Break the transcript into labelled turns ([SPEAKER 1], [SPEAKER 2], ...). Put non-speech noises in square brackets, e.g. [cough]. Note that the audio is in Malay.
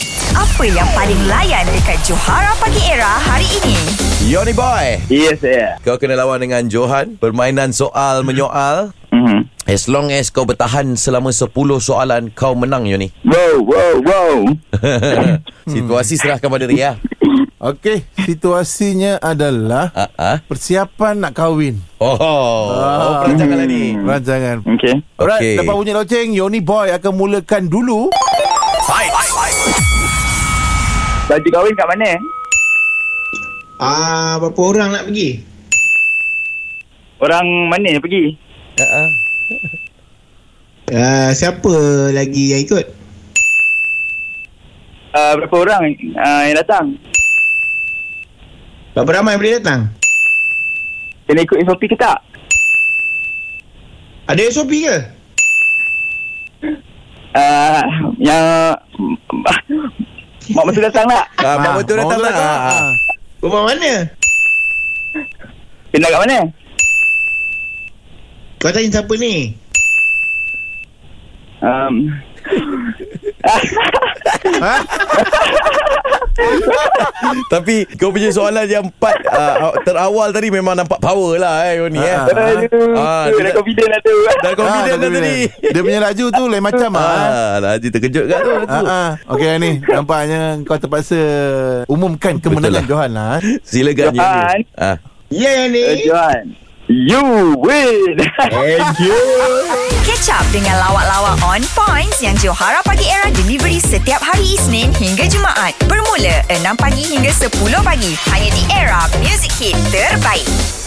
[SPEAKER 1] Siapa yang paling layan dekat Johara Pagi Era hari ini?
[SPEAKER 2] Yoni Boy
[SPEAKER 3] Yes, eh. saya.
[SPEAKER 2] Kau kena lawan dengan Johan Permainan soal menyoal
[SPEAKER 3] Mm-hmm.
[SPEAKER 2] As long as kau bertahan selama 10 soalan Kau menang Yoni [laughs]
[SPEAKER 3] Wow, wow, wow.
[SPEAKER 2] Situasi serahkan pada ya. Ria
[SPEAKER 4] Okey, situasinya adalah
[SPEAKER 2] ha? ha?
[SPEAKER 4] persiapan nak kahwin.
[SPEAKER 2] Oh, oh perancangan lah ni
[SPEAKER 4] Rancangan.
[SPEAKER 3] Okay.
[SPEAKER 4] Alright,
[SPEAKER 2] Okey.
[SPEAKER 4] okay. lepas bunyi loceng, Yoni Boy akan mulakan dulu.
[SPEAKER 3] Baju kahwin kat mana?
[SPEAKER 5] Ah, berapa orang nak pergi?
[SPEAKER 3] Orang mana yang pergi?
[SPEAKER 2] ha? ha?
[SPEAKER 5] Ah, siapa lagi yang ikut?
[SPEAKER 3] Uh, berapa orang uh, yang datang?
[SPEAKER 5] Berapa ramai boleh datang?
[SPEAKER 3] Kena ikut SOP ke tak?
[SPEAKER 5] Ada SOP ke?
[SPEAKER 3] Uh, yang... [laughs] Mak mentua datang tak?
[SPEAKER 2] Ah, Mak Mentua
[SPEAKER 4] mau
[SPEAKER 2] datang lah Ah, ah.
[SPEAKER 5] Rumah mana?
[SPEAKER 3] Kena kat mana?
[SPEAKER 5] Kau tanya siapa ni?
[SPEAKER 3] Um,
[SPEAKER 2] Tapi kau punya soalan yang empat ah, Terawal tadi memang nampak power lah eh, Yoni eh.
[SPEAKER 4] Ah, ah.
[SPEAKER 3] aduh,
[SPEAKER 2] Ah,
[SPEAKER 3] tu,
[SPEAKER 2] dia
[SPEAKER 3] dah
[SPEAKER 2] tak-
[SPEAKER 3] confident lah tu. [laughs]
[SPEAKER 2] Dah confident dah tadi
[SPEAKER 4] Dia punya laju tu lain macam ah.
[SPEAKER 2] Ah, Haji terkejut kan tu
[SPEAKER 4] Ah, ah. Okey ni, nampaknya kau terpaksa umumkan kemenangan
[SPEAKER 2] lah.
[SPEAKER 4] Johan lah. ah.
[SPEAKER 2] Silakan
[SPEAKER 3] Johan.
[SPEAKER 2] Yoni ah.
[SPEAKER 5] Ya yeah, ni.
[SPEAKER 3] Uh, Johan, you win.
[SPEAKER 2] Eh,
[SPEAKER 5] Thank you.
[SPEAKER 1] Catch up dengan lawak-lawak on points yang Johara Pagi Era delivery setiap hari Isnin hingga Jumaat. Bermula 6 pagi hingga 10 pagi. Hanya di Era Music Hit Terbaik.